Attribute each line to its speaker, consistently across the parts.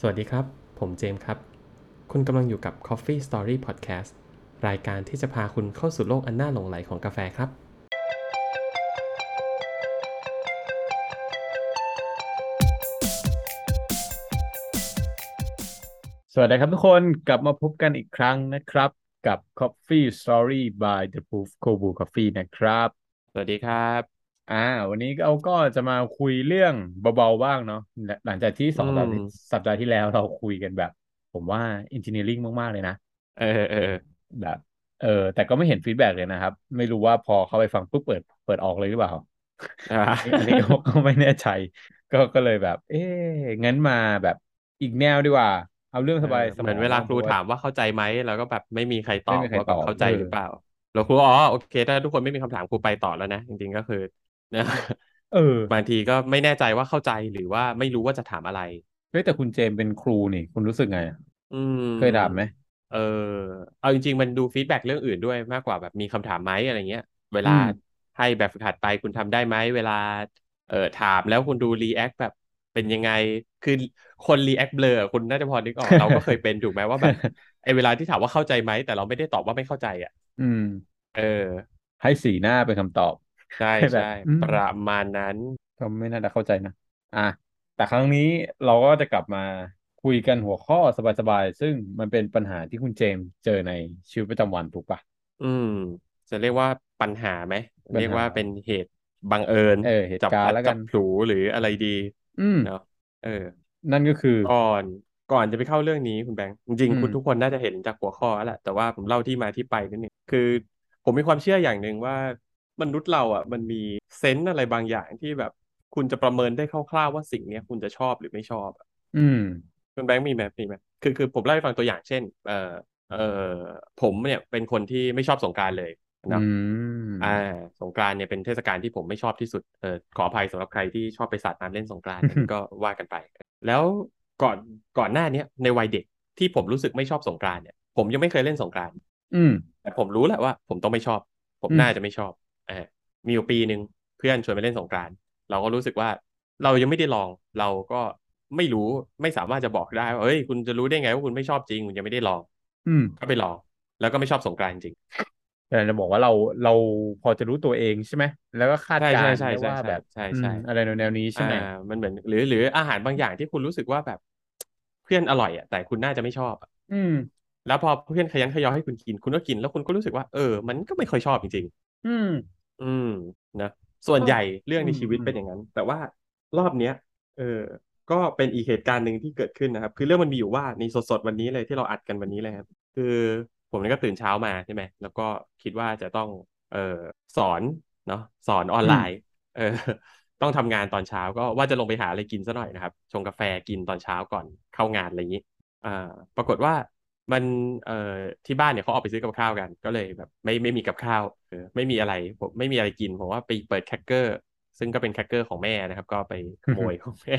Speaker 1: สวัสดีครับ ผมเจมส์ครับ คุณกำลังอยู่กับ Coffee Story Podcast รายการที่จะพาคุณเข้าสู่โลกอันน่าหลงไหลของกาแฟครับ
Speaker 2: สวัสดีครับทุกคนกลับมาพบกันอีกครั้งนะครับกับ Coffee Story by The Proof Kobu Coffee นะครับ
Speaker 3: สวัสดีครับ
Speaker 2: อ่า วันนี้เราก็จะมาคุยเรื่องเบาๆบ้างเนาะหลังจากที่สอง
Speaker 1: อืม
Speaker 2: สัปดาห์ที่สัปดาห์ที่แล้วเราคุยกันแบบ ผมว่า Engineering มากๆเลยนะ
Speaker 3: เออเออ
Speaker 2: แบบเออแต่ก็ไม่เห็นฟีดแบ็กเลยนะครับ ไม่รู้ว่าพอเข้าไปฟังปุ๊บเปิดเปิดออกเลยห รือเปล่า
Speaker 3: อ่า
Speaker 2: อันนี้ ก็ก็ไม่แน่ใจ ก็ก็เลยแบบ เอ๊ะงั้นมาแบบอีกแนวดีกว่า เอาเรื่องสบาย
Speaker 3: เหมือน
Speaker 2: สมอง
Speaker 3: เวลา
Speaker 2: บ้ง
Speaker 3: ครู
Speaker 2: เพะ
Speaker 3: ถามว่าเข้าใจไหมเราก็แบบไม่มีใครต
Speaker 2: ไม่
Speaker 3: อบ
Speaker 2: มีใคร
Speaker 3: ว่าแบ
Speaker 2: ตอ
Speaker 3: บบ เข้าใจ
Speaker 2: เออ
Speaker 3: หรือเปล่าแล้วครูอ๋อโอเค ถ้าทุกคนไม่มีคำถามครูไปต่อแล้วนะ จริงๆก็คือ นะ
Speaker 2: เออ
Speaker 3: บางทีก็ไม่แน่ใจว่าเข้าใจหรือว่าไม่รู้ว่าจะถามอะไร
Speaker 2: เฮ้ยแต่คุณเจมส์เป็นครูนี่ คุณรู้สึกไงอะ
Speaker 3: อืม
Speaker 2: เคยถามไหม
Speaker 3: เออเอาจริงๆ มันดูฟีดแบ็กเรื่องอื่นด้วยมากกว่าแบบมีคำถามไหมอะไรเงี้ย เวลาให้แบบฝึกหัดไปคุณทำได้ไหมเวลา เออถามแล้วคุณดูรีแอคแบบเป็นยังไง คือคนรีแอคเบลอคุณน่าจะพอนึกออกเราก็เคยเป็นถูกไหมว่าแบบไอเวลาที่ถามว่าเข้าใจไหมแต่เราไม่ได้ตอบว่าไม่เข้าใจอ่ะ
Speaker 2: อืม
Speaker 3: เออ
Speaker 2: ให้สีหน้าเป็นคำตอบ
Speaker 3: ใช่
Speaker 2: แบ
Speaker 3: ใช่
Speaker 2: บอืม
Speaker 3: ประมาณนั้น
Speaker 2: ก็ไม่น่าจะเข้าใจนะ อ่ะ แต่ครั้งนี้เราก็จะกลับมาคุยกันหัวข้อสบายๆ ซึ่งมันเป็นปัญหาที่คุณเจมส์เจอในชีวิตประจำวันถูกปะ
Speaker 3: อืม จะเรียกว่าปัญหาไหม
Speaker 2: ปัญหา
Speaker 3: เรียกว่าเป็นเหตุบังเอิญ
Speaker 2: เออเหตุ
Speaker 3: จับ
Speaker 2: กา
Speaker 3: พ
Speaker 2: รณ์
Speaker 3: ลัด
Speaker 2: แล้วกั
Speaker 3: จั
Speaker 2: น
Speaker 3: บผลูหรืออะไรดี
Speaker 2: อืม
Speaker 3: เนาะเออ
Speaker 2: นั่นก็คือ
Speaker 3: ก่อนก่อนจะไปเข้าเรื่องนี้คุณแบงค์จริง
Speaker 2: อืม
Speaker 3: ๆคุณทุกคนน่าจะเห็นจากหัวข้อแล้วแหละแต่ว่าผมเล่าที่มาที่ไปนิดนึงคือผมมีความเชื่ออย่างหนึ่งว่ามนุษย์เราอ่ะ มันมีเซนส์อะไรบางอย่างที่แบบ คุณจะประเมินได้คร่าวๆว่าสิ่งเนี้ยคุณจะชอบหรือไม่ชอบอะ
Speaker 2: อืม
Speaker 3: คุณแบงค์มีไหมมีไหมคือคือผมเล่าให้ฟังตัวอย่างเช่น เออเออผมเนี่ยเป็นคนที่ไม่ชอบสงกรานต์เลย
Speaker 2: อื
Speaker 3: เนาะ
Speaker 2: ม
Speaker 3: อ่าสงกรานต์เนี่ยเป็นเทศกาลที่ผมไม่ชอบที่สุดเออขออภัยสำหรับใครที่ชอบไปสาดน้ำเล่นสง กรานต์ อันนี้ก็ว่ากันไป แล้วก่อนก่อนหน้าเนี้ยในวัยเด็กที่ผมรู้สึกไม่ชอบสงกรานต์เนี่ยผมยังไม่เคยเล่นสงกรานต์
Speaker 2: อืม
Speaker 3: แต่ผมรู้แหละว่า ผมต้องไม่ชอบ ผม
Speaker 2: อืม
Speaker 3: น่าจะไม่ชอบอ่ามีอยู่ปีหนึ่งเพื่อนชวนไปเล่นสงกรานต์เราก็รู้สึกว่าเรายังไม่ได้ลอง เราก็ไม่รู้ไม่สามารถจะบอกได้ว่าเอ้ยคุณจะรู้ได้ไงว่าคุณไม่ชอบจริงคุณยังไม่ได้ลอง
Speaker 2: อืม
Speaker 3: ก็ไปลอง แล้วก็ไม่ชอบสงกรานต์จริง
Speaker 2: แต่จะบอกว่าเราเราพอจะรู้ตัวเองใช่ไหม แล้วก็คาด
Speaker 3: ใช่
Speaker 2: กา
Speaker 3: ใช่
Speaker 2: รณ์
Speaker 3: ใช่ใช่
Speaker 2: ได้ว่า
Speaker 3: ใช่
Speaker 2: แบบ
Speaker 3: ใช่
Speaker 2: อื
Speaker 3: ใช่
Speaker 2: มอะไรแนวๆนี้ใช่
Speaker 3: อ่า
Speaker 2: ไหม
Speaker 3: มันเหมือนหรือหรืออาหารบางอย่างที่คุณรู้สึกว่าแบบ เพื่อนอร่อยอ่ะแต่คุณน่าจะไม่ชอบอะ
Speaker 2: อืม
Speaker 3: แล้วพอเพื่อนขยันขยอให้คุณกิน คุณก็กิน แล้วคุณก็รู้สึกว่าเออมันก็ไม่ค่อยชอบจริง
Speaker 2: อืม
Speaker 3: ๆอืมนะส่วนใหญ่เรื่อง
Speaker 2: อื
Speaker 3: ใน
Speaker 2: ม
Speaker 3: ชีวิต
Speaker 2: อืม
Speaker 3: เป็นอย่างนั้น แต่ว่ารอบเนี้ย เออ ก็เป็นอีกเหตุการณ์หนึ่งที่เกิดขึ้นนะครับ คือเรื่องมันมีอยู่ว่าในสดๆวันนี้เลยที่เราอัดกันวันนี้เลยครับ คือผมเนี่ยก็ตื่นเช้ามาใช่ไหมแล้วก็คิดว่าจะต้องเออสอนเนาะสอนออนไลน์ เออ ต้องทำงานตอนเช้าก็ว่าจะลงไปหาอะไรกินซะหน่อยนะครับ ชงกาแฟกินตอนเช้าก่อนเข้างานอะไรอย่างนี้อ่าปรากฏว่ามันเอ่อที่บ้านเนี่ยเขาออกไปซื้อกับข้าวกัน ก็เลยแบบ ไม่ไม่มีกับข้าวเออไม่มีอะไรผมไม่มีอะไรกินผมว่าไปเปิดแครกเกอร์ ซึ่งก็เป็นแครกเกอร์ของแม่นะครับ ก็ไปขโม ยของแม่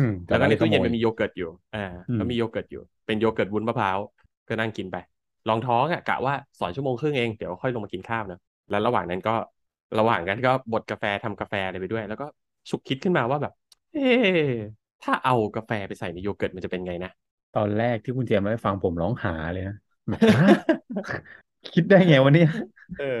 Speaker 2: อืม
Speaker 3: แล้วก็ใน
Speaker 2: ข
Speaker 3: ตู้
Speaker 2: โม
Speaker 3: เย็น
Speaker 2: ย
Speaker 3: มันมีโยเกิร์ตอยู่ อ่า
Speaker 2: อืม
Speaker 3: ก็มีโยเกิร์ตอยู่ เป็นโยเกิร์ตวุ้นมะพร้าว ก็นั่งกินไป รองท้องอ่ะกะว่าสอนชั่วโมงครึ่งเอง เดี๋ยวค่อยลงมากินข้าวนะ แล้วระหว่างนั้นก็ระหว่างกันก็บดกาแฟทำกาแฟอะไรไปด้วย แล้วก็ฉุกคิดขึ้นมาว่าแบบ เอ๊ะถ้าเอากาแฟไปใส่ในโยเกิร์ตมันจะเป็นไงนะ
Speaker 2: ตอนแรกที่คุณเจมส์ไม่ฟังผมร้องหาเลยนะแบบฮะ คิดได้ไงวะเนี่ย
Speaker 3: เออ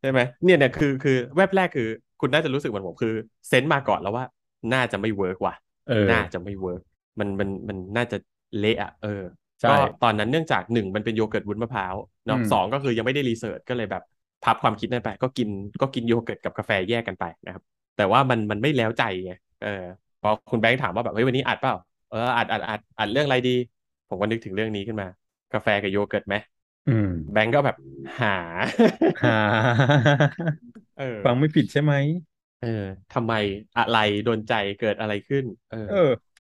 Speaker 3: ใช่ไหมเนี่ยเนี่ยคือคือแวบแรกคือ คุณน่าจะรู้สึกเหมือนผมคือเซนต์มาก่อนแล้วว่า น่าจะไม่เวิร์กว่ะ
Speaker 2: เออ
Speaker 3: น่าจะไม่เวิร์กมันมันมันน่าจะเละอ่ะเออ
Speaker 2: ใช่
Speaker 3: ก็ตอนนั้นเนื่องจากหนึ่งมันเป็นโยเกิร์ตวุ้นมะพร้าวเนาะ
Speaker 2: อืม
Speaker 3: สองก็คือยังไม่ได้รีเสิร์ชก็เลยแบบพับความคิดนั้นไป ก็กินก็กินโยเกิร์ตกับกาแฟแยกกันไปนะครับ แต่ว่ามันมันไม่แล้วใจไงเออพอคุณแบงค์ถามว่าแบบเฮ้ยวันนี้อัดเปล่าเอออัดอัดอัดอัดเรื่องอะไรดี ผมก็นึกถึงเรื่องนี้ขึ้นมา กาแฟกับโยเกิร์ตไหม
Speaker 2: อืม
Speaker 3: แบงค์ก็แบบหา
Speaker 2: หา
Speaker 3: เออ
Speaker 2: ฟังไม่ผิดใช่ไหม
Speaker 3: เออทำไมอะไรโดนใจเกิดอะไรขึ้น เออ
Speaker 2: เออ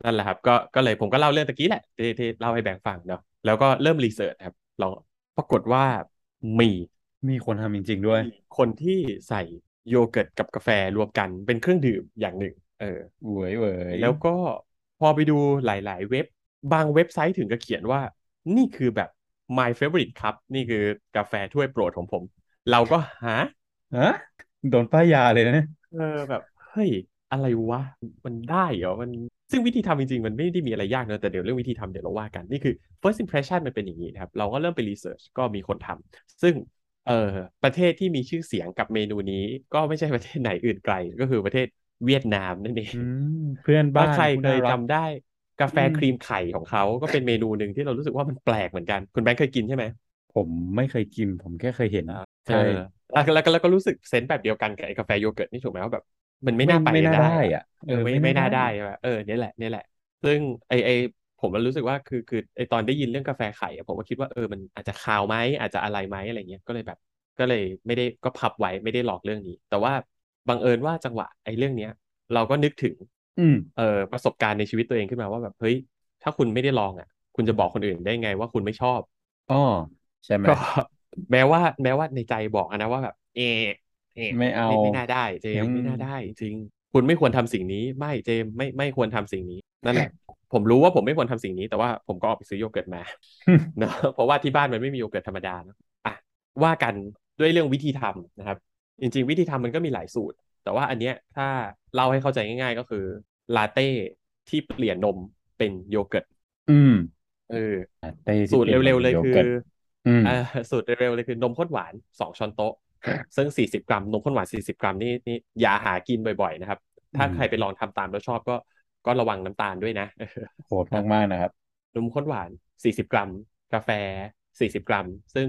Speaker 3: นั่นแหละครับ ก็ ก็เลยผมก็เล่าเรื่องตะกี้แหละที่ที่เล่าให้แบงค์ฟังเนาะ แล้วก็เริ่มรีเสิร์ชครับ ลอง ปรากฏว่ามี
Speaker 2: มีคนทำจริงๆด้วย
Speaker 3: มีคนที่ใส่โยเกิร์ตกับกาแฟรวมกันเป็นเครื่องดื่มอย่างหนึ่ง เออ
Speaker 2: เว้ยเว้ย
Speaker 3: แล้วก็พอไปดูหลาย ๆ เว็บบางเว็บไซต์ถึงกับเขียนว่า นี่คือแบบ my favorite cup นี่คือกาแฟถ้วยโปรดของผม เราก็หา
Speaker 2: ฮะโดนป้ายยาเลยนะ
Speaker 3: เออแบบเฮ้ยอะไรวะ มันได้เหรอมัน ซึ่งวิธีทำจริงๆ มันไม่ได้มีอะไรยากนะแต่เดี๋ยวเรื่องวิธีทำเดี๋ยวเราว่ากัน นี่คือ first impression มันเป็นอย่างนี้นะครับ เราก็เริ่มไปรีเสิร์ชก็มีคนทำซึ่งเอ่อประเทศที่มีชื่อเสียงกับเมนูนี้ ก็ไม่ใช่ประเทศไหนอื่นไกล ก็คือประเทศเวียดนามนั่นเอง
Speaker 2: อืมเพื่อนบ้า
Speaker 3: ถ้าน ใคร
Speaker 2: ณ
Speaker 3: เคย
Speaker 2: น่า
Speaker 3: จำ
Speaker 2: ก
Speaker 3: ได้กาแฟ
Speaker 2: อืม
Speaker 3: ครีมไข่ของเขาก็เป็นเมนูหนึ่งที่เรารู้สึกว่ามันแปลกเหมือนกันคุณแบงค์เคยกินใช่ไหม
Speaker 2: ผมไม่เคยกิน ผมแค่เคยเห็น ใช่
Speaker 3: เออแล้วแล้วแล้วก็รู้สึกเซนส์แบบเดียวกันกับไอ้กาแฟโยเกิร์ตนี่ถูกไหมว่าแบบ มันไม่น่าไป
Speaker 2: ไม่น่า
Speaker 3: ได้
Speaker 2: ได้
Speaker 3: อะ
Speaker 2: อ่ะ
Speaker 3: เออไม่ไม่น่าได้ใช่ไหมเออเนี่ยแหละเนี่ยแหละ ซึ่งไอไอผมมันรู้สึกว่าคือคือไอตอนได้ยินเรื่องกาแฟไข่อะผมก็คิดว่าเออมันอาจจะคาวไหมอาจจะอะไรไหมอะไรเงี้ยก็เลยแบบ ก็เลยไม่ได้ก็พับไว้ไม่ได้หลอกเรื่องนี้ แต่ว่าบังเอิญว่าจังหวะไอเรื่องเนี้ย เราก็นึกถึง
Speaker 2: อืม
Speaker 3: เออประสบการณ์ในชีวิตตัวเองขึ้นมาว่าแบบเฮ้ยถ้าคุณไม่ได้ลองอ่ะ คุณจะบอกคนอื่นได้ไงว่าคุณไม่ชอบ
Speaker 2: อ๋อใช่ไหม
Speaker 3: ก็แม้ว่าแม้ว่าในใจบอกอะนะว่าแบบ เอะเอะ
Speaker 2: ไม่เอา
Speaker 3: ไม่น่าได้เจมส์
Speaker 2: อืม
Speaker 3: ไม่น่าได้จริง คุณไม่ควรทำสิ่งนี้ ไม่เจมส์ไม่ไม่ควรทำสิ่งนี้นั่นแหละ ผมรู้ว่าผมไม่ควรทำสิ่งนี้แต่ว่าผมก็ออกไปซื้อโยเกิร์ตมา เนอะเพราะว่าที่บ้านมันไม่มีโยเกิร์ตธรรมดาเนอะอ่ะว่ากันด้วยเรื่องวิธีทำนะครับ จริง ๆ วิธีทำมันก็มีหลายสูตร แต่ว่าอันเนี้ยถ้าเล่าให้เข้าใจง่าย ๆ ก็คือลาเต้ที่เปลี่ยนนมเป็นโยเกิร์ต
Speaker 2: อืม
Speaker 3: เออ
Speaker 2: แต่ที่
Speaker 3: สูตร
Speaker 2: ปยน
Speaker 3: เร็วๆเลย
Speaker 2: ป็น
Speaker 3: คือ
Speaker 2: โกิร์ตม
Speaker 3: อ่าสูตรเร็วๆเลยคือนมข้นหวานสองช้อนโต๊ะ ซึ่งสี่สิบกรัมนมข้นหวานสี่สิบกรัมนี่นี่อย่าหากินบ่อยๆนะครับ ถ้าใครไปลองทำตามแล้วชอบก็ก็ระวังน้ำตาลด้วยนะ
Speaker 2: โหดมากๆนะครับ
Speaker 3: นมข้นหวานสี่สิบกรัม กาแฟสี่สิบกรัม ซึ่ง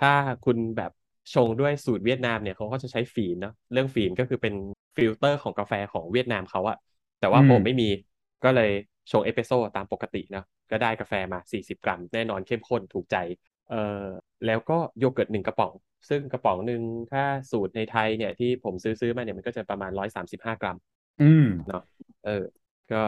Speaker 3: ถ้าคุณแบบชงด้วยสูตรเวียดนามเนี่ยเขาก็จะใช้ฟีนเนาะเรื่องฟีนก็คือเป็นฟิลเตอร์ของกาแฟของเวียดนามเขาอะแต่ว่า
Speaker 2: อืม
Speaker 3: ผมไม่มีก็เลยชงเอสเปรสโซ่ตามปกติเนาะก็ได้กาแฟมา 40 กรัม แน่นอนเข้มข้นถูกใจเอ่อแล้วก็โยเกิร์ตหนึ่งกระป๋อง ซึ่งกระป๋องหนึ่งถ้าสูตรในไทยเนี่ยที่ผมซื้อซื้อมาเนี่ยมันก็จะประมาณ 135 กรัม
Speaker 2: อืม
Speaker 3: เออ ก็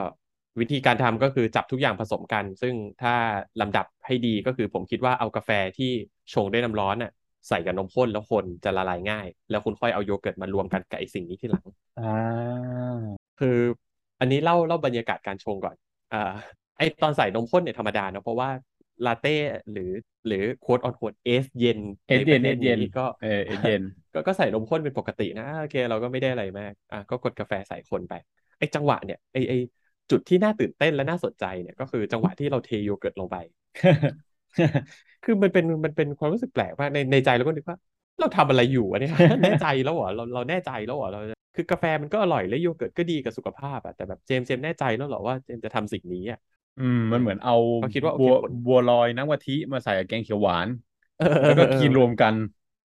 Speaker 3: วิธีการทำก็คือจับทุกอย่างผสมกัน ซึ่งถ้าลำดับให้ดีก็คือผมคิดว่าเอากาแฟที่ชงด้วยน้ำร้อนน่ะใส่กับนมข้นแล้วคนจะละลายง่าย แล้วคุณค่อยเอาโยเกิร์ตมารวมกันกับไอสิ่งนี้ที่หลัง
Speaker 2: อ่า
Speaker 3: คืออันนี้เล่าเล่าบรรยากาศการชงก่อนอ่าไอตอนใส่นมข้นเนี่ยธรรมดาเนอะเพราะว่าลาเต้หรือหรือโค้ดออนโค้ดเอสเย็น
Speaker 2: เอส
Speaker 3: ใน
Speaker 2: เย็
Speaker 3: ป
Speaker 2: น
Speaker 3: ระ
Speaker 2: เอ
Speaker 3: เทศ
Speaker 2: สเย็น
Speaker 3: นี้ก็
Speaker 2: เออเอสเย็น
Speaker 3: ก็ก็ใส่นมข้นเป็นปกตินะโอเค เราก็ไม่ได้อะไรมากอ่ะก็กดกาแฟใส่คนไปไอ้จังหวะเนี่ยไอ้ไอ้จุดที่น่าตื่นเต้นและน่าสนใจเนี่ยก็คือจังหวะที่เราเทโยเกิร์ตลงไป คือมันเป็นมันเป็นความรู้สึกแปลกมากในในใจเราก็นึกว่า เราทำอะไรอยู่วะเนี่ย แน่ใจแล้วเหรอเราเราแน่ใจแล้วเหรอเราคือกาแฟมันก็อร่อยและโยเกิร์ตก็ดีกับสุขภาพอะแต่แบบเจมส์เจมส์แน่ใจแล้วเหรอว่าเจมส์จะทำสิ่งนี้อะ
Speaker 2: อืม มันเหมือนเอา
Speaker 3: เขาคิดว่าโอเค
Speaker 2: บัว
Speaker 3: ผล
Speaker 2: บัวลอยน้ำกะทิมาใส่กับแกงเขียวหวาน
Speaker 3: เออ
Speaker 2: แล้วก็กินรวมกัน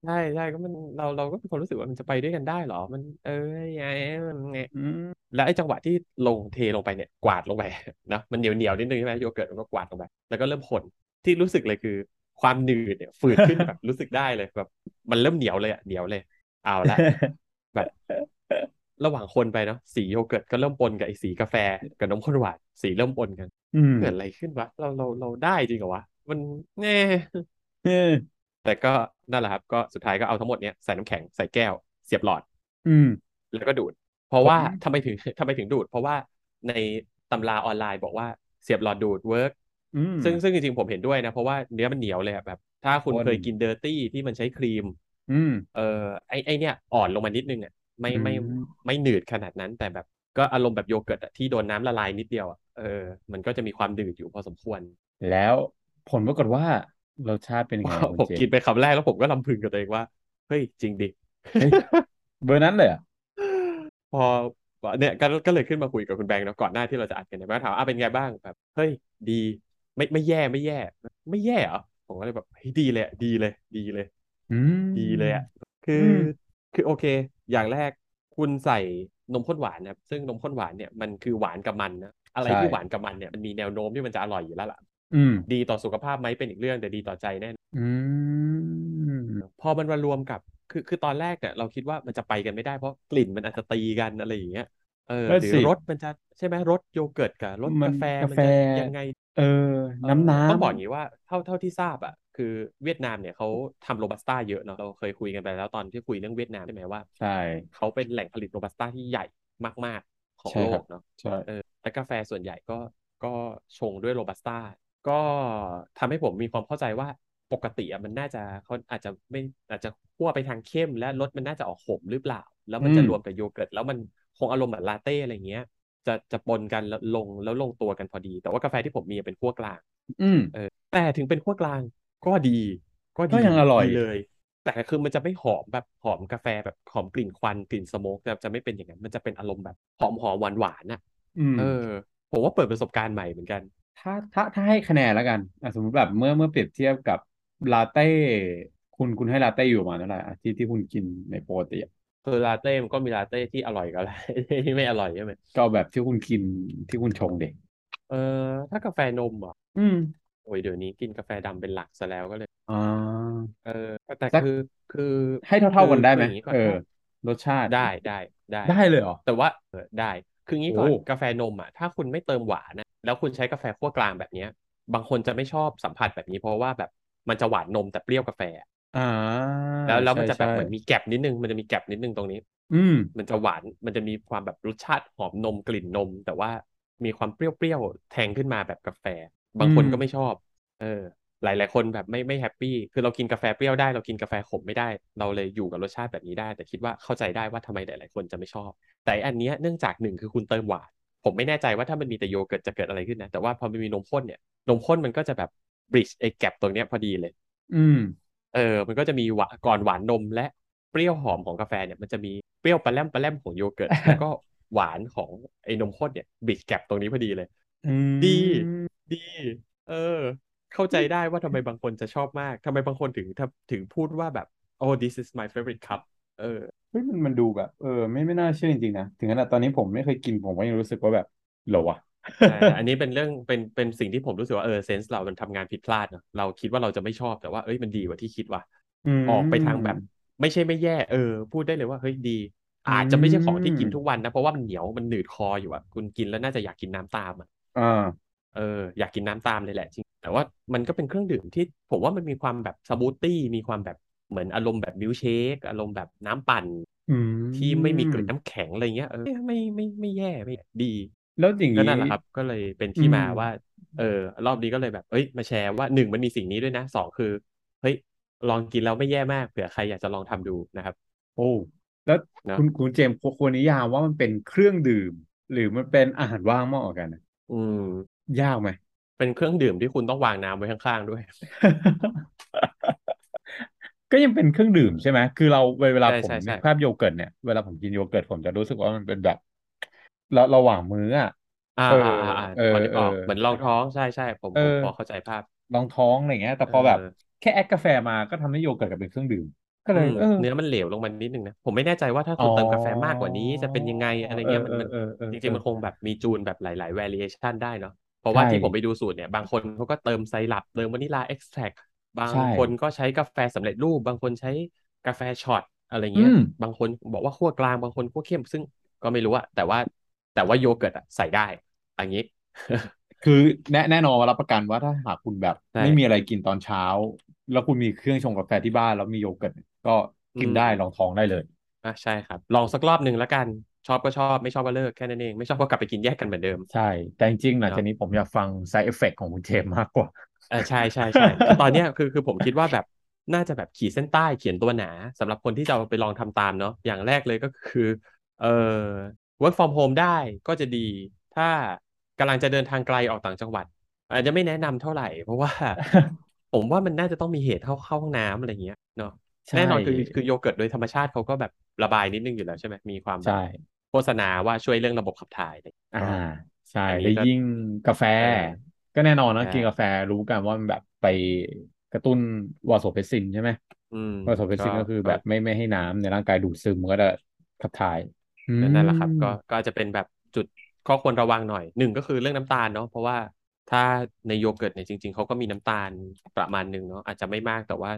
Speaker 3: ใช่ใช่ก็มันเราเราก็มีความรู้สึกว่ามันจะไปด้วยกันได้เหรอ มันเอ้ยไงมันไง
Speaker 2: อืม
Speaker 3: แล้วไอ้จังหวะที่ลงเทลงไปเนี่ยกวาดลงไป นะมันเหนียวเหนียวๆนิดนึงใช่ไหมโยเกิร์ตมันก็กวาดลงไป แล้วก็เริ่มผลที่รู้สึกเลยคือ ความหนืดเนี่ยฝืดขึ้น แบบรู้สึกได้เลยแบบ มันเริ่มเหนียวเลยอะเหนียวเลย เอาละ แบบ ระหว่างคนไปเนาะสีโยเกิร์ตก็เริ่มปนกับไอ้สีกาแฟกับนมข้นหวานสีเริ่มปนกัน
Speaker 2: อืม
Speaker 3: เกิดอะไรขึ้นวะเราเราเราได้จริงเหรอวะมันแน่
Speaker 2: เออ
Speaker 3: แต่ก็นั่นแหละครับก็สุดท้ายก็เอาทั้งหมดเนี่ยใส่น้ำแข็งใส่แก้วเสียบหลอด
Speaker 2: อืม
Speaker 3: แล้วก็ดูด เพราะว่า
Speaker 2: ผม
Speaker 3: ทำไมถึง ทำไมถึงดูด เพราะว่าในตำราออนไลน์บอกว่าเสียบหลอดดูดเวิร์ก
Speaker 2: อืม
Speaker 3: ซึ่งซึ่งจริงๆผมเห็นด้วยนะ เพราะว่าเนื้อมันเหนียวเลยอะแบบ ถ้าคุณ
Speaker 2: ข้น
Speaker 3: เคยกินเดอร์ตี้ที่มันใช้ครีม
Speaker 2: อืม
Speaker 3: เออไอไอเนี่ยอ่อนลงมานิดนึงอ่ะไม่ไม่
Speaker 2: อืม
Speaker 3: ไม่หนืดขนาดนั้น แต่แบบก็อารมณ์แบบโยเกิร์ตอะที่โดนน้ำละลายนิดเดียวอะเออมันก็จะมีความหนืดอยู่พอสมควร
Speaker 2: แล้วผลปรากฏว่ารสชาติ เป็นยังไง
Speaker 3: ว่า
Speaker 2: คุณ
Speaker 3: ผม
Speaker 2: เจ
Speaker 3: กินไปคำแรกแล้วผมก็ลำพึงกับตัวเองว่าเฮ้ยจริงดิ
Speaker 2: เฮ้ยเบอร์นั้นเลยเหรอ่ะ
Speaker 3: พอเนี่ยก็ก็เลยขึ้นมาคุยกับคุณแบงค์เนาะก่อนหน้าที่เราจะอัดกันเนี่ยแบงค์ถามอ่ะเป็นไงบ้างแบบเฮ้ยดี ไม่ไม่แย่ไม่แย่ ไม่แย่เหรอผมก็เลยแบบเฮ้ยดีเลยอะดีเลย ดีเลย
Speaker 2: อืม
Speaker 3: ดีเลยอ่ะคือ
Speaker 2: ม
Speaker 3: อคือโอเค อย่างแรกคุณใส่นมข้นหวานนะครับซึ่งนมข้นหวานเนี่ยมันคือหวานกับมันนะอะไรที่หวานกับมันเนี่ยมันมีแนวโน้มที่มันจะอร่อยอยู่แล้วล่ะ
Speaker 2: อืม
Speaker 3: ดีต่อสุขภาพไหมเป็นอีกเรื่องแต่ดีต่อใจแน่นอน
Speaker 2: อืม
Speaker 3: พอมันมารวมกับคือคือตอนแรกเนี่ยเราคิดว่ามันจะไปกันไม่ได้เพราะกลิ่นมันอาจจะตีกันอะไรอย่างเงี้ยเออ
Speaker 2: นั่น
Speaker 3: หรื
Speaker 2: สิ
Speaker 3: อรสมันจะใช่ไหมรสโยเกิร์ตกับรส
Speaker 2: มั
Speaker 3: กาน แฟ
Speaker 2: กา
Speaker 3: มัน
Speaker 2: แฟ
Speaker 3: จะยังไง
Speaker 2: เออ
Speaker 3: เออ
Speaker 2: น้ำน้
Speaker 3: ต้องบอกอย่างนี้ว่าเท่าเท่าที่ทราบอ่ะคือเวียดนามเนี่ยเขาทำโรบัสต้าเยอะเนาะเราเคยคุยกันไปแล้วตอนที่คุยเรื่องเวียดนามใช่ไหมว่า
Speaker 2: ำใช่
Speaker 3: เขาเป็นแหล่งผลิตโรบัสต้าที่ใหญ่มาก ๆของ
Speaker 2: ใช่
Speaker 3: โล
Speaker 2: ครั
Speaker 3: ก
Speaker 2: บ
Speaker 3: เนาะ
Speaker 2: ใช่
Speaker 3: เออและกาแฟส่วนใหญ่ก็ก็ชงด้วยโรบัสต้าก็ทำให้ผมมีความเข้าใจว่าปกติอะมันน่าจะเขาอาจจะไม่อาจจะคั่วไปทางเข้ม และรสมันน่าจะออกขมหรือเปล่า แล้วมัน
Speaker 2: อืม
Speaker 3: จะรวมกับโยเกิร์ต แล้วมันคงอารมณ์แบบลาเต้อะไรเงี้ย จะจะปนกันแล้วลงแล้วลงตัวกันพอดี แต่ว่ากาแฟที่ผมมีเป็นขั้วกลาง
Speaker 2: อืม
Speaker 3: แต่ถึงเป็นขั้วกลางก็ดี ก็ดี
Speaker 2: ก็ยังอร่อย
Speaker 3: ดีเลย แต่คือมันจะไม่หอมแบบหอมกาแฟแบบหอมกลิ่นควันกลิ่นสโมกแต่จะไม่เป็นอย่างนั้นมันจะเป็นอารมณ์แบบหอมหอมหวานหวานๆน่ะ
Speaker 2: อืม
Speaker 3: เออ ผมว่าเปิดประสบการณ์ใหม่เหมือนกัน
Speaker 2: ถ้าถ้าถ้าให้คะแนนแล้วกันอ่ะสมมติแบบเมื่อเมื่อเปรียบเทียบกับลาเต้ คุณคุณให้ลาเต้อยู่ประมาณเท่าไหร่อ่ะที่ที่คุณกินในปกติอ่ะ
Speaker 3: คือลาเต้มันก็มีลาเต้ที่อร่อยกับลา เต้ที่ไม่อร่อยใช่ไหม
Speaker 2: ก็เอาแบบที่คุณกินที่คุณชงเด็ก
Speaker 3: เออถ้ากาแฟนมเหรอ
Speaker 2: อืม
Speaker 3: โอ้ยเดี๋ยวนี้กินกาแฟดำเป็นหลักซะแล้วก็เลย
Speaker 2: อ่า
Speaker 3: เออแต่
Speaker 2: สัก
Speaker 3: คือคือ
Speaker 2: ให้เท่าเท่า
Speaker 3: คือ
Speaker 2: กันได้ไหม
Speaker 3: คืออย่างนี้ก่อน
Speaker 2: เออ
Speaker 3: ถ้าร
Speaker 2: สชาติ
Speaker 3: ได้ได้ได้
Speaker 2: ได้เลยเหรอ
Speaker 3: แต่ว่าเออได้ คืองี้ก่อน
Speaker 2: โอ้
Speaker 3: กาแฟนมอ่ะ ถ้าคุณไม่เติมหวานนะแล้วคุณใช้กาแฟขั้วกลางแบบเนี้ย บางคนจะไม่ชอบสัมผัสแบบนี้เพราะว่าแบบมันจะหวานนมแต่เปรี้ยวกาแฟอะ
Speaker 2: อ่า
Speaker 3: แล้วแล้วมัน
Speaker 2: ใช่
Speaker 3: จะแบบ
Speaker 2: ใช่
Speaker 3: เหมือนมีแก็บนิดนึงมันจะมีแก็บนิดนึงตรงนี้
Speaker 2: อืม
Speaker 3: มันจะหวานมันจะมีความแบบรสชาติหอมนมกลิ่นนม แต่ว่ามีความเปรี้ยวๆแทงขึ้นมาแบบกาแฟ บางคน
Speaker 2: อืม
Speaker 3: ก็ไม่ชอบ เออ หลายๆคนแบบไม่ไม่แฮปปี้คือเรากินกาแฟเปรี้ยวได้เรากินกาแฟขมไม่ได้ เราเลยอยู่กับรสชาติแบบนี้ได้ แต่คิดว่าเข้าใจได้ว่าทำไมหลาย ๆ คนจะไม่ชอบ แต่อันเนี้ยเนื่องจากหนึ่งคือคุณเติมหวาน ผมไม่แน่ใจว่าถ้ามันมีแต่โยเกิร์ตจะเกิดอะไรขึ้นนะแต่ว่าพอมันมีนมข้นเนี่ยนมข้นมันก็จะแบบบริดจ์ไอ้แก็บตรงเนี้ยพอดีเลย
Speaker 2: อืม
Speaker 3: เออ มันก็จะมีหวานก่อนหวานนมและเปรี้ยวหอมของกาแฟเนี่ยมันจะมีเปรี้ยวปลาแรมปลาแรมของโยเกิร์ต แล้วก็หวานของไอ้นมข้นเนี่ยบิดแก็บตรงนี้พอดีเลย
Speaker 2: อืม
Speaker 3: ดี ดี เออ เข้าใจได้ว่าทำไมบางคนจะชอบมากทำไมบางคนถึงถ้าถึงพูดว่าแบบ oh this is my favorite cup เออ
Speaker 2: เฮ้ยมันมันดูแบบ เออ ไม่ไม่น่าเชื่อจริงๆนะถึงขนาดตอนนี้ผมไม่เคยกินผมก็ยังรู้สึกว่าแบบเหรอวะ
Speaker 3: ใช่อันนี้เป็นเรื่องเป็นเป็นสิ่งที่ผมรู้สึกว่าเออเซนส์เรามันทำงานผิดพลาดเนอะเราคิดว่าเราจะไม่ชอบแต่ว่าเอ้ยมันดีกว่าที่คิดว่ะ
Speaker 2: อืม
Speaker 3: ออกไปทางแบบ ไม่ใช่ไม่แย่เออ พูดได้เลยว่าเฮ้ยดี
Speaker 2: อืม
Speaker 3: อาจจะไม่ใช่ของที่กินทุกวันนะ เพราะว่ามันเหนียวมันหนืดคออยู่อะคุณกินแล้วน่าจะอยากกินน้ำตามอะ
Speaker 2: อ่า
Speaker 3: เอออยากกินน้ำตามเลยแหละจริงแต่ว่ามันก็เป็นเครื่องดื่มที่ผมว่ามันมีความแบบสมูทตี้มีความแบบเหมือนอารมณ์แบบมิลค์เชคอารมณ์แบบน้ำปั่น
Speaker 2: อืม
Speaker 3: ที่ไม่มีกลิ่นน้ำแข็งอะไรเงี้ยเออไม่ไม่ไม่แย่ไม่ดี
Speaker 2: แล้วอย่าง
Speaker 3: ก็
Speaker 2: นี้
Speaker 3: นั่นแหละครับ ก็เลยเป็นที่
Speaker 2: อืม
Speaker 3: มาว่า เออ รอบนี้ก็เลยแบบ เอ้ย มาแชร์ว่าหนึ่งมันมีสิ่งนี้ด้วยนะสองคือ เฮ้ย ลองกินแล้วไม่แย่มาก เผื่อใครอยากจะลองทำดูนะครับ
Speaker 2: โอ้แล้ว
Speaker 3: นะ
Speaker 2: คุณคุณเจมส์ควรนิยามว่ามันเป็นเครื่องดื่ม หรือมันเป็นอาหารว่างมากกว่ากันนะ
Speaker 3: อืม
Speaker 2: ยากไหม
Speaker 3: เป็นเครื่องดื่มที่คุณต้องวางน้ำไว้ข้างๆด้วย
Speaker 2: ก็ยังเป็นเครื่องดื่มใช่ไหมคือเราเวลาเวลา
Speaker 3: ใช่
Speaker 2: ผม
Speaker 3: ใช่ใช่
Speaker 2: นึกภาพโยเกิร์ตเนี่ยเวลาผมกินโยเกิร์ตผมจะรู้สึกว่ามันเป็นแบบเราระหว่างมื้ออ่ะ
Speaker 3: อ่า
Speaker 2: เออ
Speaker 3: อ่าอ่าอ่า
Speaker 2: เอ
Speaker 3: พอ
Speaker 2: อ
Speaker 3: นึกออก
Speaker 2: เออ
Speaker 3: เหมือนรองท้องใช่ใช่ผม
Speaker 2: เอ
Speaker 3: ผม
Speaker 2: อ
Speaker 3: พอเข้าใจภาพ
Speaker 2: รองท้องอะไรเงี้ย แต่พอ
Speaker 3: เออ
Speaker 2: แบบแค่แอดกาแฟมาก็ทำให้โยเกิร์ตกลายเป็นเครื่องดื่ม ก็เลย
Speaker 3: อืม
Speaker 2: เออ
Speaker 3: เนื้อมันเหลวลงมานิดนึงนะ ผมไม่แน่ใจว่าถ้า
Speaker 2: อ๋
Speaker 3: คุณ
Speaker 2: อ
Speaker 3: เติมกาแฟมากกว่านี้จะเป็นยังไงอะไรเงี้ยมัน
Speaker 2: เออ
Speaker 3: มัน
Speaker 2: เออเออเออ
Speaker 3: จ
Speaker 2: เอ
Speaker 3: ริง
Speaker 2: อ
Speaker 3: ๆมันคงแบบมีจูนแบบหลาย ๆ variation ได้เนาะเพราะว่า
Speaker 2: ใช่
Speaker 3: ที่ผมไปดูสูตรเนี่ยบางคนเขาก็เติมไซรัปเติมวานิลาเอ็กซ์แทรกบาง
Speaker 2: ใช่
Speaker 3: คนก็ใช้กาแฟสำเร็จรูป บางคนใช้กาแฟช็อตอะไรเงี้ย
Speaker 2: อืม
Speaker 3: บางคนบอกว่าคั่วกลางบางคนคั่วเข้มซึ่งก็ไม่รู้อะแต่ว่าแต่ว่าโยเกิร์ตอะใส่ได้อันนี้
Speaker 2: คือแน่แน่นอนว่ารับประกันว่าถ้าหากคุณแบบ
Speaker 3: ใช่
Speaker 2: ไม่มีอะไรกินตอนเช้า แล้วคุณมีเครื่องชงกาแฟที่บ้านแล้วมีโยเกิร์ตก็กิน
Speaker 3: อืม
Speaker 2: ได้รองท้องได้เลย
Speaker 3: อ่ะใช่ครับ ลองสักรอบหนึ่งแล้วกันชอบก็ชอบไม่ชอบก็เลิกแค่นั้นเองไม่ชอบก็กลับไปกินแยกกันเหมือนเดิม
Speaker 2: ใช่ แต่จริงๆหลัง
Speaker 3: เนอะ
Speaker 2: จากนี้ผมอยากฟัง Side Effect ของคุณเจมส์มากกว่า
Speaker 3: เออใช่ใช่ใช่คือตอนเนี้ยคือคือผมคิดว่าแบบน่าจะแบบขีดเส้นใต้เขียนตัวหนาสำหรับคนที่จะเอาไปลองทำตามเนาะอย่างแรกเลยก็คือเอ่อ work from home ได้ก็จะดี ถ้ากำลังจะเดินทางไกลออกต่างจังหวัด อาจจะไม่แนะนำเท่าไหร่ เพราะว่า ผมว่ามันน่าจะต้องมีเหตุเข้าเข้าห้องน้ำอะไรเงี้ยเนาะ
Speaker 2: ใช่
Speaker 3: แน่นอนคือคือโยเกิร์ตโดยธรรมชาติเขาก็แบบระบายนิดนึงอยู่แล้วใช่ไหมมีความแบบ
Speaker 2: ใช่
Speaker 3: โฆษณาว่าช่วยเรื่องระบบขับถ่ายอะไรอย่างเงี้ย
Speaker 2: อ่า
Speaker 3: เนาะ
Speaker 2: ใช่
Speaker 3: อันนี้
Speaker 2: แล้ว
Speaker 3: ก็
Speaker 2: ยิ่งกาแฟ
Speaker 3: เออ
Speaker 2: ก็แน่นอนนะ
Speaker 3: ใช่
Speaker 2: กินกาแฟรู้กันว่ามันแบบไปกระตุ้นวาโซเพสซินใช่ไหม
Speaker 3: อืม
Speaker 2: วาโซเพส
Speaker 3: ก็
Speaker 2: ซินก็คือ
Speaker 3: ก็
Speaker 2: แบบไม่ไม่ให้น้ำในร่างกายดูดซึมก็จะขับถ่ายอื
Speaker 3: นั่นนั่นแหละครับ
Speaker 2: ม
Speaker 3: ก็ก็อาจจะเป็นแบบจุดข้อควรระวังหน่อยหนึ่งก็คือเรื่องน้ำตาลเนาะเพราะว่าถ้าในโยเกิร์ตเนี่ยจริง ๆเขาก็มีน้ำตาลประมาณหนึ่งเนาะอาจจะไม่มากแต่ว่า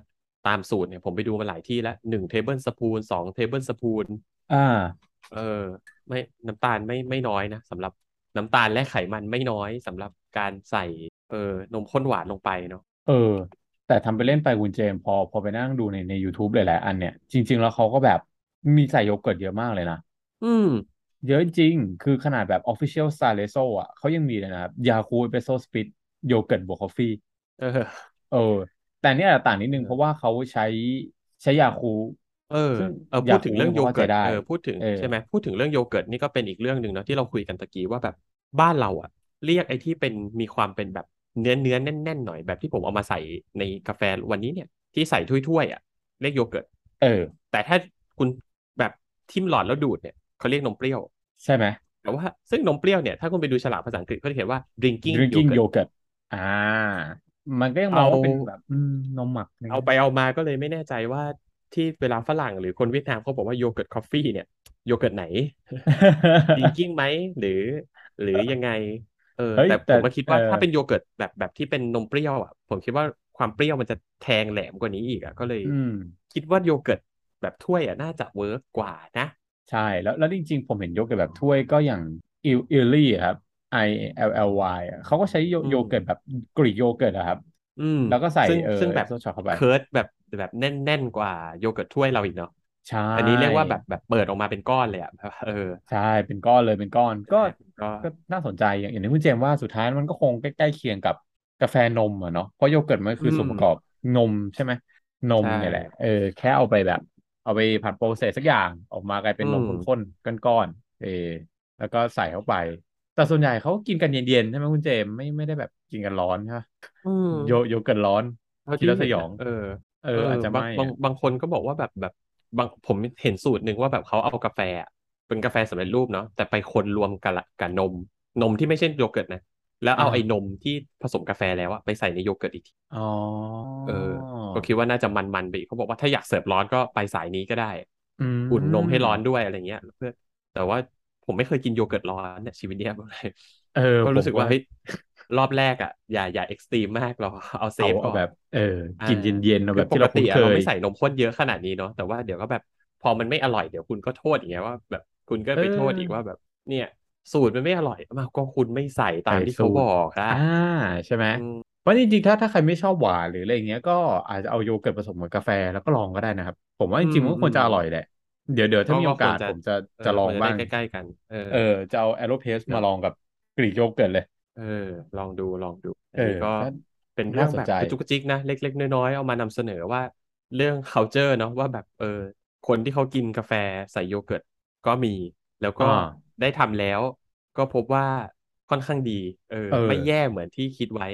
Speaker 3: ตามสูตรเนี่ยผมไปดูมาหลายที่แล้วหนึ่งเทเบิลสปูนสองเทเบิลสปูน
Speaker 2: อ่า
Speaker 3: เออไม่น้ำตาลไม่ไม่น้อยนะสำหรับน้ำตาลและไขมันไม่น้อยสำหรับการใส่เออนมข้นหวานลงไปเนาะ
Speaker 2: เออ แต่ทำไปเล่นไปคุณเจมส์พอพอไปนั่งดูในใน YouTube หลาย ๆ อันเนี่ย จริง ๆ แล้วเขาก็แบบมีใส่โยเกิร์ตเยอะมากเลยนะ
Speaker 3: อืม
Speaker 2: เยอะจริง คือขนาดแบบ Official s t y l e s o อ่ะเขายังมีเลยนะครับ ยาคูลเอสเปรสโซ่สปริตโยเกิร์ตบวกกาแฟ
Speaker 3: เออ
Speaker 2: เออ แต่เนี่ยต่างนิดนึง
Speaker 3: เออ
Speaker 2: เพราะว่าเขาใช้ใช้ยาคูล
Speaker 3: เออ
Speaker 2: ซึ่ง
Speaker 3: เออ
Speaker 2: อ
Speaker 3: พู
Speaker 2: ยา
Speaker 3: ด
Speaker 2: ก
Speaker 3: ถึงเรื่อง
Speaker 2: รู้
Speaker 3: โย
Speaker 2: ว่า
Speaker 3: เกิร์ต
Speaker 2: จะได้
Speaker 3: เออพูดถึง
Speaker 2: เออ
Speaker 3: ใช่ไหมพูดถึงเรื่องโยเกิร์ตนี่ก็เป็นอีกเรื่องหนึ่งเนาะที่เราคุยกันตะกี้ว่าแบบบ้านเราอะเรียกไอ้ที่เป็นมีความเป็นแบบเนื้อเนื้อแน่นๆหน่อยแบบที่ผมเอามาใส่ในกาแฟวันนี้เนี่ย ที่ใส่ถ้วยๆอะเรียกโยเกิร์ต
Speaker 2: เออ
Speaker 3: แต่ถ้าคุณแบบทิ่มหลอดแล้วดูดเนี่ยเขาเรียกนมเปรี้ยว
Speaker 2: ใช่ไหม
Speaker 3: แต่ว่าซึ่งนมเปรี้ยวเนี่ยถ้าคุณไปดูฉลากภาษาอังกฤษเขาจะเขียนว่า drinking
Speaker 2: drinking
Speaker 3: yogurt
Speaker 2: yogurt อ่า มันก็ยังมองว่า
Speaker 3: เอา
Speaker 2: เป็นแบบอืมนมหมักะรงี้ย
Speaker 3: เอาไปเอามาก็เลยไม่แน่ใจว่าที่เวลาฝรั่งหรือคนเวียดนามเขาบอกว่าโยเกิร์ตคอฟฟี่เนี่ยโยเกิร์ตไหน ดิงกิ้งไหมหรือ หรือยังไง เออ
Speaker 2: เฮ้ย
Speaker 3: แต่
Speaker 2: แต่
Speaker 3: ผมก็คิดว่า
Speaker 2: เออ
Speaker 3: ถ้าเป็นโยเกิร์ตแบบแบบที่เป็นนมเปรี้ยวอ่ะผมคิดว่าความเปรี้ยวมันจะแทงแหลมกว่านี้อีกอ่ะก็เลย
Speaker 2: อืม
Speaker 3: คิดว่าโยเกิร์ตแบบถ้วยอ่ะน่าจะเวิร์กกว่านะ
Speaker 2: ใช่ แล้วแล้วจริงๆ ผมเห็นโยเกิร์ตแบบถ้วยก็อย่างอิลอิลลี่ครับ I L L Y อะเขาก็ใช้โย
Speaker 3: อืม
Speaker 2: โยเกิร์ตแบบกรีกโยเกิร์ตอะครับ
Speaker 3: อืม
Speaker 2: แล้วก็ใส่
Speaker 3: ซึ่ง
Speaker 2: เออ
Speaker 3: ซึ่งแบบ
Speaker 2: เอสโซช็อตเข้าไป
Speaker 3: เคิร์ดแบบแบบแน่นๆกว่าโยเกิร์ตถ้วยเราอีกเนาะ
Speaker 2: ใช่
Speaker 3: อันนี้เรียกว่าแบบแบบเปิดออกมาเป็นก้อนเลยอ่ะแบบเออ
Speaker 2: ใช่ เป็นก้อนเลยเป็นก้อน ก็
Speaker 3: ก็
Speaker 2: ก็น่าสนใจอย่างอย่างที่คุณเจมส์ว่าสุดท้ายมันก็คงใกล้ๆเคียงกับกาแฟนมอะเนาะเพราะโยเกิร์ตมันคือ
Speaker 3: อืม
Speaker 2: ส่วนประกอบนมใช่ไหมนม
Speaker 3: ใช่
Speaker 2: เนี่ยแหละเออแค่เอาไปแบบ เอาไปผ่านโปรเซสสักอย่างออกมากลายเป็นนม
Speaker 3: อืม
Speaker 2: ข้นๆก้อนๆเออแล้วก็ใส่เข้าไป แต่ส่วนใหญ่เขากินกันเย็นๆใช่ไหมคุณเจมส์ไม่ไม่ได้แบบกินกันร้อนใช่ปะ
Speaker 3: อืม
Speaker 2: โยโยเกิร์ตร้อน
Speaker 3: เท่า
Speaker 2: กินแล้วส
Speaker 3: เห็น
Speaker 2: ย
Speaker 3: อะ
Speaker 2: อง
Speaker 3: เออ
Speaker 2: เอออาจจะ
Speaker 3: บาง
Speaker 2: ไม่
Speaker 3: บาง
Speaker 2: อะ
Speaker 3: บางคนก็บอกว่าแบบแบบบางผมเห็นสูตรหนึ่งว่าแบบเขาเอากาแฟอะเป็นกาแฟสำเร็จรูปเนาะแต่ไปคนรวมกับละกับนม นมที่ไม่ใช่โยเกิร์ตนะ แล้วเอาไอ้นมที่ผสมกาแฟแล้วอะไปใส่ในโยเกิร์ตอีกที
Speaker 2: อ๋อ
Speaker 3: เออก็คิดว่าน่าจะมันๆไปอีกเขาบอกว่าถ้าอยากเสิร์ฟร้อนก็ไปสายนี้ก็ได้ อุ่นนมให้ร้อนด้วยอะไรเงี้ยเพื่อแต่ว่าผมไม่เคยกินโยเกิร์ตร้อนเนี่ยชีวิตเนี้ย
Speaker 2: เออ
Speaker 3: ก็รู้สึกว่า
Speaker 2: ผมก็
Speaker 3: เฮ้ยรอบแรกอะอย่าอย่าเอ็กซ์ตรีมมากเราเอาเซฟ
Speaker 2: เอา
Speaker 3: ก่อน
Speaker 2: แบบ เออ
Speaker 3: อ่า
Speaker 2: กินเย็นๆเอา
Speaker 3: คื
Speaker 2: แบ
Speaker 3: อบ ป
Speaker 2: ที่
Speaker 3: ก
Speaker 2: เรา
Speaker 3: ติ
Speaker 2: คุ้
Speaker 3: อะ
Speaker 2: นเค
Speaker 3: เรา
Speaker 2: ย
Speaker 3: ไม่ใส่นมข้นเยอะขนาดนี้เนาะแต่ว่าเดี๋ยวก็แบบพอมันไม่อร่อยเดี๋ยวคุณก็โทษอย่างเงี้ยว่าแบบคุณก็ไปโทษ
Speaker 2: เอออี
Speaker 3: อีกว่าแบบ เนี่ย สูตรมันไม่อร่อยมาวก็คุณไม่ใส่ตาม
Speaker 2: ใส่
Speaker 3: ที่
Speaker 2: สู
Speaker 3: เขา
Speaker 2: ตร
Speaker 3: บอกอะ
Speaker 2: อ่าใช่ไหม
Speaker 3: อืม
Speaker 2: เพราะจริงๆถ้าถ้าใครไม่ชอบหวานหรืออะไรอย่างเงี้ยก็อาจจะเอาโยเกิร์ตผสมกับกาแฟแล้วก็ลองก็ได้นะครับ ผมว่าจริงๆมันก็ควรจะอร่อยแหละ เดี๋ยวเดี๋ยวถ้ามี
Speaker 3: ก็
Speaker 2: โอกา
Speaker 3: ควร
Speaker 2: ส
Speaker 3: จะ
Speaker 2: ผมจะ
Speaker 3: เออ
Speaker 2: จะลอ
Speaker 3: ควร
Speaker 2: ง
Speaker 3: จะ
Speaker 2: บ้า
Speaker 3: ได้
Speaker 2: ง
Speaker 3: ใกล้ๆกัน เออ
Speaker 2: เออ จะเอาแอโรเพส
Speaker 3: เนอะ
Speaker 2: มาลองกับกรีกโยเกิร์ตเลย
Speaker 3: เออ ลองดูลองดู
Speaker 2: เอ
Speaker 3: อัน
Speaker 2: อ
Speaker 3: นี้ก็
Speaker 2: ก็
Speaker 3: เป็นเรื่
Speaker 2: น่า
Speaker 3: อง
Speaker 2: ส
Speaker 3: แบ
Speaker 2: น
Speaker 3: บ
Speaker 2: ใจ
Speaker 3: กระจุกกระจิกนะ เล็ก ๆ น้อยๆเอามานำเสนอว่าเรื่อง culture เนาะว่าแบบเออ คนที่เขากินกาแฟใส่โยเกิร์ตก็มี แล้วก็
Speaker 2: อ่า
Speaker 3: ได้ทำแล้ว ก็พบว่าค่อนข้างดี เออ
Speaker 2: เออ
Speaker 3: ไม่แย่เหมือนที่คิดไว้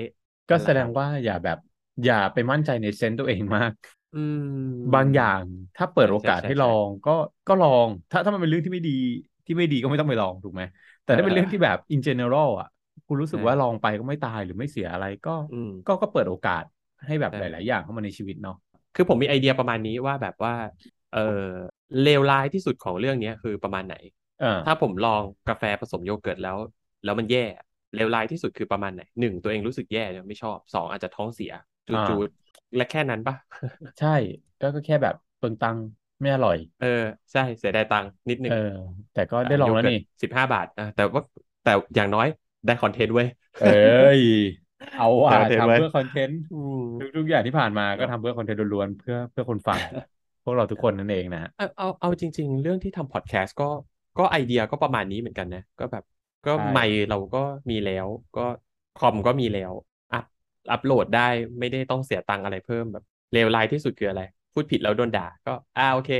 Speaker 2: ก็
Speaker 3: นั่นแห
Speaker 2: แส
Speaker 3: ละ
Speaker 2: ด
Speaker 3: ครั
Speaker 2: ง
Speaker 3: บ
Speaker 2: ว่าอย่าแบบ อย่าไปมั่นใจในเซนต์ตัวเองมาก
Speaker 3: อืม
Speaker 2: บางอย่างถ้าเปิด
Speaker 3: ใช่
Speaker 2: โอ
Speaker 3: ใช่
Speaker 2: กาส
Speaker 3: ใช่
Speaker 2: ให้ล
Speaker 3: ใช่
Speaker 2: องก็ก็ลอง ถ้าถ้ามันเป็นเรื่องที่ไม่ดีที่ไม่ดีก็ไม่ต้องไปลองถูกไหมแต่
Speaker 3: เออ
Speaker 2: ถ้าเป็
Speaker 3: เอน อ
Speaker 2: เรื่องที่แบบ in general อ่ะคุณรู้สึ
Speaker 3: ใช่
Speaker 2: กว่าลองไปก็ไม่ตายหรือไม่เสียอะไรก็
Speaker 3: อืม
Speaker 2: ก็ก็เปิดโอกาสให้แบบ
Speaker 3: ใช่
Speaker 2: หลาย ๆ อย่างเข้ามาในชีวิตเนาะ
Speaker 3: คือผมมีไอเดียประมาณนี้ว่าแบบว่า เออเลวร้ายที่สุดของเรื่องเนี้ยคือประมาณไหน
Speaker 2: เออ
Speaker 3: ถ้าผมลองกาแฟผสมโยเกิร์ตแล้ว แล้วมันแย่เลวร้ายที่สุดคือประมาณไหนหนึ่งตัวเองรู้สึกแย่ไม่ชอบสองอาจจะท้องเสียจู
Speaker 2: อ่า
Speaker 3: จูและแค่นั้นปะ
Speaker 2: ใช่ก็ก็แค่แบบเปลืองตังค์ไม่อร่อย
Speaker 3: เออ ใช่เสียดายตังค์นิดห
Speaker 2: เอ
Speaker 3: นึ่
Speaker 2: อ
Speaker 3: ง
Speaker 2: แต่ก็
Speaker 3: แต่
Speaker 2: ได้ลอง
Speaker 3: โย
Speaker 2: แล้ว
Speaker 3: เกิร์ต
Speaker 2: นี่
Speaker 3: สิบห้าบาทอ่ะแต่ว่าแต่อย่างน้อยได้คอนเทนต์เว้ย
Speaker 2: เอ้ย เอา
Speaker 3: ได้ค
Speaker 2: อ่ะ
Speaker 3: อนเทนต์
Speaker 2: ทำ
Speaker 3: เว้ย
Speaker 2: เพื่อคอนเทนต์
Speaker 3: อืม
Speaker 2: ทุกๆอย่างที่ผ่านมาก็
Speaker 3: เนาะ
Speaker 2: ทำเพื่อคอนเทนต์ล้วนๆเพื่อเพื่อคน ฟัง พวกเราทุกคนนั่นเองนะฮะ
Speaker 3: เอาเอาเอาจริง ๆ เรื่องที่ทำพอดแคสต์ก็ก็ไอเดียก็ประมาณนี้เหมือนกันนะ ก็แบบ ก็
Speaker 2: ใช่
Speaker 3: ไมค์เราก็มีแล้วก็คอมก็มีแล้วอัพอัพโหลดได้ไม่ได้ต้องเสียตังค์อะไรเพิ่มแบบเลวร้ายที่สุดคืออะไร พูดผิดแล้วโดนด่า ก็อ่าโอเค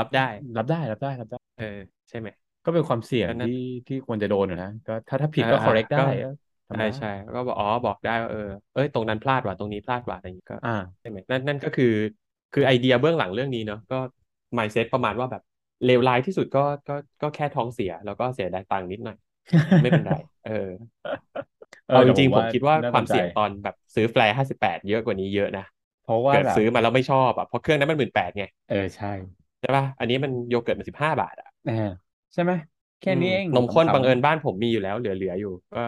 Speaker 3: รับได้
Speaker 2: รับได้รับได้รับได้
Speaker 3: เออ ใช่ไหม
Speaker 2: ก็เป็นความเสี่ยง
Speaker 3: ก็นั่น
Speaker 2: ที่ที่ควรจะโดนอยู่นะก็ถ้าถ้าผิ
Speaker 3: อ่า
Speaker 2: ดก็
Speaker 3: อ่า
Speaker 2: correct ได้
Speaker 3: ก็
Speaker 2: ก็ธรร
Speaker 3: ใช่
Speaker 2: มดา
Speaker 3: ใช่ก็บอกอ๋อบอกได้ว่าเออเอ้ยตรงนั้นพลาดว่ะตรงนี้พลาดว่ะอะไรอย่างงี้ก็
Speaker 2: อ่า
Speaker 3: ใช่ไหมนั่นนั่นก็คือคือไอเดียเบื้องหลังเรื่องนี้เนาะก็ mindset ประมาณว่าแบบเลวร้ายที่สุดก็ก็ก็แค่ท้องเสีย แล้วก็เสียดายตังค์นิดหน่อย ไม่เป็นไร เออ
Speaker 2: เออ
Speaker 3: เอาจ
Speaker 2: แต่ผ
Speaker 3: ริง
Speaker 2: ม
Speaker 3: ๆผม
Speaker 2: ว่า
Speaker 3: คิดว่า
Speaker 2: น่า
Speaker 3: ความ
Speaker 2: สนใจ
Speaker 3: เสี่ยงตอนแบบซื้อแฟร์ห้าสิบแปดเยอะกว่านี้เยอะนะ
Speaker 2: เพราะว่า
Speaker 3: เกิด
Speaker 2: แบบ
Speaker 3: ซื้อมาแล้วไม่ชอบอ่ะเพราะเครื่องนั้นมันหมื่นแปดไง
Speaker 2: เออใช่
Speaker 3: ใช่ป่ะอันนี้มันโยเกิร์ตมันสิบห้าบาทอ่ะ
Speaker 2: อ่าใช่ไหมแค่
Speaker 3: อืม
Speaker 2: นี้เอง
Speaker 3: นมข้น
Speaker 2: ขำ
Speaker 3: บังเอิญบ้านผมมีอยู่แล้วเหลือๆอยู่ ก็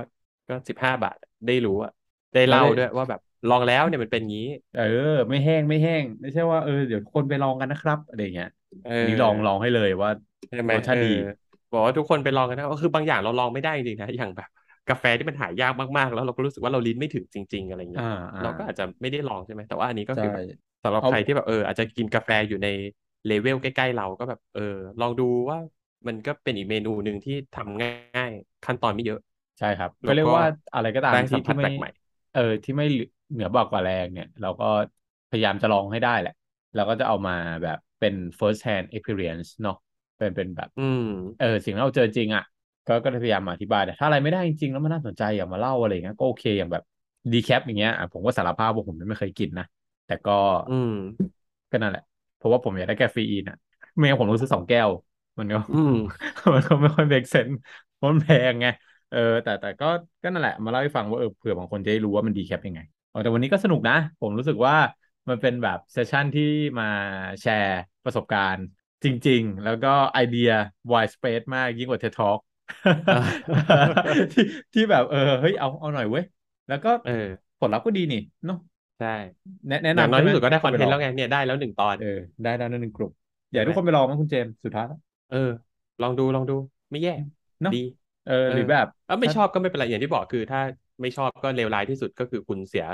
Speaker 3: ก็สิบห้าบาทได้รู้อ่ะได้
Speaker 2: ๆแล้ว
Speaker 3: เล่า
Speaker 2: ได้
Speaker 3: ด้วยว่าแบบลองแล้วเนี่ยมันเป็นงี้
Speaker 2: เออ ไม่แห้งไม่แห้ง ไม่ใช่ว่าเออเดี๋ยวคนไปลองกันนะครับอะไรอย่างเงี้ย
Speaker 3: เออ
Speaker 2: อันนี้ลองลองให้เลยว่า
Speaker 3: ใช่ไหม
Speaker 2: รสชา
Speaker 3: เออ
Speaker 2: ติดี
Speaker 3: บอกว่าทุกคนไปลองกันนะก็คือบางอย่างเราลองไม่ได้จริงๆนะอย่างแบบกาแฟที่มันหายากมากๆ แล้วเราก็รู้สึกว่าเราลิ้นไม่ถึงจริง ๆ อะไรเงี้
Speaker 2: อ่าย อ่า
Speaker 3: เราก็อาจจะไม่ได้ลองใช่ไหมแต่ว่าอันนี้ก็
Speaker 2: ใช่
Speaker 3: คือแบบสำหรับ
Speaker 2: เอา
Speaker 3: ใครที่แบบเอออาจจะกินกาแฟอยู่ในเลเวลใกล้ๆเราก็แบบเออ ลองดูว่ามันก็เป็นอีกเมนูหนึ่งที่ทำง่ายๆ ขั้นตอนไม่เยอะ
Speaker 2: ใช่ครับ
Speaker 3: แล้
Speaker 2: ก็
Speaker 3: ว
Speaker 2: เรียก
Speaker 3: ก็
Speaker 2: ว่าอะไรก็ตาม
Speaker 3: ได้สั
Speaker 2: ที่
Speaker 3: มผัส
Speaker 2: ที่ไม่
Speaker 3: แปลกใหม่
Speaker 2: เออที่ไม่เหลือเหนือบากกว่าแรงเนี่ย เราก็พยายามจะลองให้ได้แหละ เราก็จะเอามาแบบ เป็น first hand experience เนาะเป็นเป็นแบบ
Speaker 3: อืม
Speaker 2: เออสิ่งที่เราเจอจริงอ่ะก็ก็พยายามอธิบายแต่ถ้าอะไรไม่ได้จริงๆแล้วมันน่าสนใจอย่ามาเล่าอะไรอย่างเงี้ยก็โอเคอย่างแบบดีแคปอย่างเงี้ยอ่ะผมก็สารภาพว่าผมไม่เคยกินนะแต่ก็
Speaker 3: อืม
Speaker 2: ก็นั่นแหละ เพราะว่าผมอยากได้กาเฟอีนอ่ะไม่งั้นผมรู้สึกสองแก้ว มันก็
Speaker 3: อืม
Speaker 2: มันก็ไม่ค่อยเบรกเซนมันแพงไงเออ แต่แต่ก็ก็นั่นแหละมาเล่าให้ฟังว่าเออเผื่อบางคนจะได้รู้ว่ามันดีแคปยังไงเออแต่วันนี้ก็สนุกนะ ผมรู้สึกว่ามันเป็นแบบเซสชั่นที่มาแชร์ประสบการณ์จริง ๆ แล้วก็ไอเดีย wide space มากยิ่งกว่า TED Talk
Speaker 3: อ่า
Speaker 2: ที่ที่แบบเออเฮ้ยเอาเอาหน่อยเว้ย แล้วก็
Speaker 3: เออ
Speaker 2: ผลลัพธ์ก็ดีนี่เนาะ
Speaker 3: ใช่
Speaker 2: แนะแนะ
Speaker 3: อย่าง
Speaker 2: นำ
Speaker 3: น้อย
Speaker 2: ใช่
Speaker 3: ที่
Speaker 2: หม
Speaker 3: สุดก็ได้ค
Speaker 2: ข้า
Speaker 3: อน
Speaker 2: ป
Speaker 3: เทนต์
Speaker 2: ล
Speaker 3: แล้วไงเนี่ยได้แล้วหนึ่งตอน
Speaker 2: เออได้แล้วหนึ่งกลุ่มอยากให้ทุกคนไปลองมั้งคุณเจมส์สุดท้ายแล้ว
Speaker 3: เออ ลองดูลองดูไม่แย่
Speaker 2: เนอะ
Speaker 3: ดี
Speaker 2: เออ
Speaker 3: เออ
Speaker 2: หรือแบบ
Speaker 3: เอ้าไม่ชอบก็ไม่เป็นไรอย่างที่บอกคือ ถ้าไม่ชอบก็เลวร้ายที่สุดก็คือคุณเสีย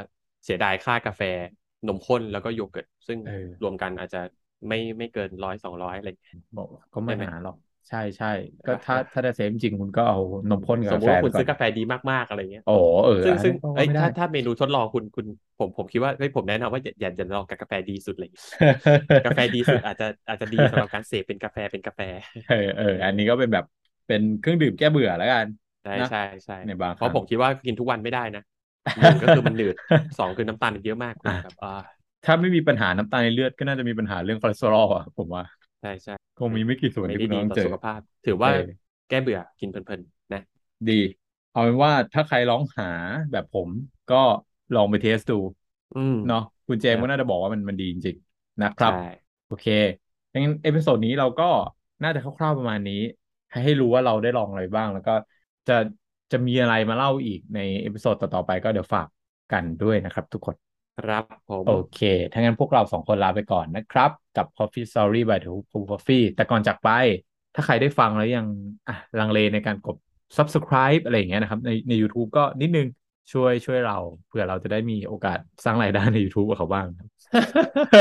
Speaker 3: เสียดายค่ากาแฟ นมข้นแล้วก็โยเกิร์ตซึ่ง
Speaker 2: เออ
Speaker 3: รวมกันอาจจะไม่ไม่เกินร้อยสองร้อยอะไรอย่างเงี้ย
Speaker 2: บอกก็ไม่
Speaker 3: ได้ไหม
Speaker 2: หาหรอก ใช่ใช่ก็
Speaker 3: อ่ะ
Speaker 2: ถ้า
Speaker 3: อ่ะ
Speaker 2: ถ้าจะเซฟจริงคุณก็เอานมข้นกับ
Speaker 3: สมมติ
Speaker 2: กาแฟ
Speaker 3: ว่าคุณ
Speaker 2: ไป
Speaker 3: ซื้อ
Speaker 2: ก่อน
Speaker 3: กาแฟดีมากๆอะไรเงี้ย
Speaker 2: โอ้เออ
Speaker 3: ซึ่ง
Speaker 2: อัน
Speaker 3: ซึ่ง
Speaker 2: นั้นก็
Speaker 3: เอ้ย
Speaker 2: ไม่ได้
Speaker 3: ถ้าถ้าเมนูทดลองคุณคุณผมผมคิดว่าเฮ้ยผมแนะนำว่าอย่าอย่าอย่าลองกับกาแฟดีสุดเลย กาแฟดีสุดอาจจะอาจจะดีสำหรับการเสพเป็นกาแฟ เป็นกาแฟ
Speaker 2: เออเอออันนี้ก็เป็นแบบเป็นเครื่องดื่มแก้เบื่อแล้วกัน
Speaker 3: ใช่
Speaker 2: นะ
Speaker 3: ใช่ใช่
Speaker 2: ในบาง
Speaker 3: เพ
Speaker 2: ครั้
Speaker 3: ราะ
Speaker 2: ง
Speaker 3: ผมคิดว่ากินทุกวันไม่ได้ นะหนึ่งก็คือมันหนืดสองคือน้ำตาลมันเยอะมากคุณ
Speaker 2: อ่ะ
Speaker 3: แบบอ่า
Speaker 2: ถ้าไม่มีปัญหาน้ำตาลในเลือดก็น่าจะมีปัญหาเรื่องคอเลสเตอรอลอ่ะผมว่า
Speaker 3: ใช่ใช่
Speaker 2: คงมีไม่กี่ส่วน
Speaker 3: ไม่
Speaker 2: ที่
Speaker 3: ได้
Speaker 2: คุณ
Speaker 3: ดี
Speaker 2: น้อง
Speaker 3: ต่อ
Speaker 2: เจ
Speaker 3: สุ
Speaker 2: อ
Speaker 3: ขภาพ ถือว่า
Speaker 2: เออ
Speaker 3: แก้เบื่อกินเพลินๆนะ
Speaker 2: ดี เอาเป็นว่าถ้าใครร้องหาแบบผมก็ลองไปเทสดู
Speaker 3: อืม
Speaker 2: เนาะคุณเจมส์
Speaker 3: ครับ
Speaker 2: ก็น่าจะบอกว่ามันมันดีจริงๆนะครับ
Speaker 3: ใช่
Speaker 2: โอเคงั้นเอพิโซดนี้เราก็น่าจะคร่าวๆประมาณนี้ ให้ให้รู้ว่าเราได้ลองอะไรบ้าง แล้วก็จะจะมีอะไรมาเล่าอีกในเอพิโซดต่อๆไปก็เดี๋ยวฝากกันด้วยนะครับทุกคน
Speaker 3: ครับผม
Speaker 2: โอเค ถ้างั้นพวกเราสองคนลาไปก่อนนะครับ กับ Coffee Story by The Hoop Brew Coffee แต่ก่อนจากไป ถ้าใครได้ฟังแล้วยังอ่ะลังเลในการกด subscribe อะไรอย่างเงี้ยนะครับ ในใน YouTube ก็นิดนึงช่วยช่วยเรา เผื่อเราจะได้มีโอกาสสร้างรายได้ใน YouTube กับเขาบ้างครับ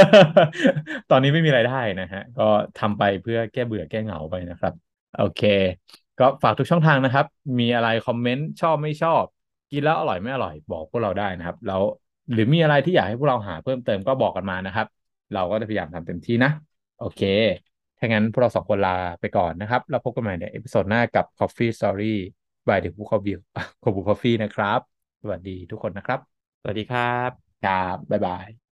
Speaker 2: ตอนนี้ไม่มีรายได้นะฮะ ก็ทำไปเพื่อแก้เบื่อแก้เหงาไปนะครับ โอเค ก็ฝากทุกช่องทางนะครับ มีอะไรคอมเมนต์ชอบไม่ชอบ กินแล้วอร่อยไม่อร่อยบอกพวกเราได้นะครับ แล้วหรือมีอะไรที่อยากให้พวกเราหาเพิ่มเติมก็บอกกันมานะครับ เราก็จะพยายามทำเต็มที่นะ โอเค ถ้างั้นพวกเราสองคนลาไปก่อนนะครับ แล้วพบกันใหม่ในเอพิโซดหน้ากับ Coffee Story by The Book of View ของ Book Coffee นะครับ สวัสดีทุกคนนะครับ
Speaker 3: สวัสดีครับ
Speaker 2: ครับบ๊ายบาย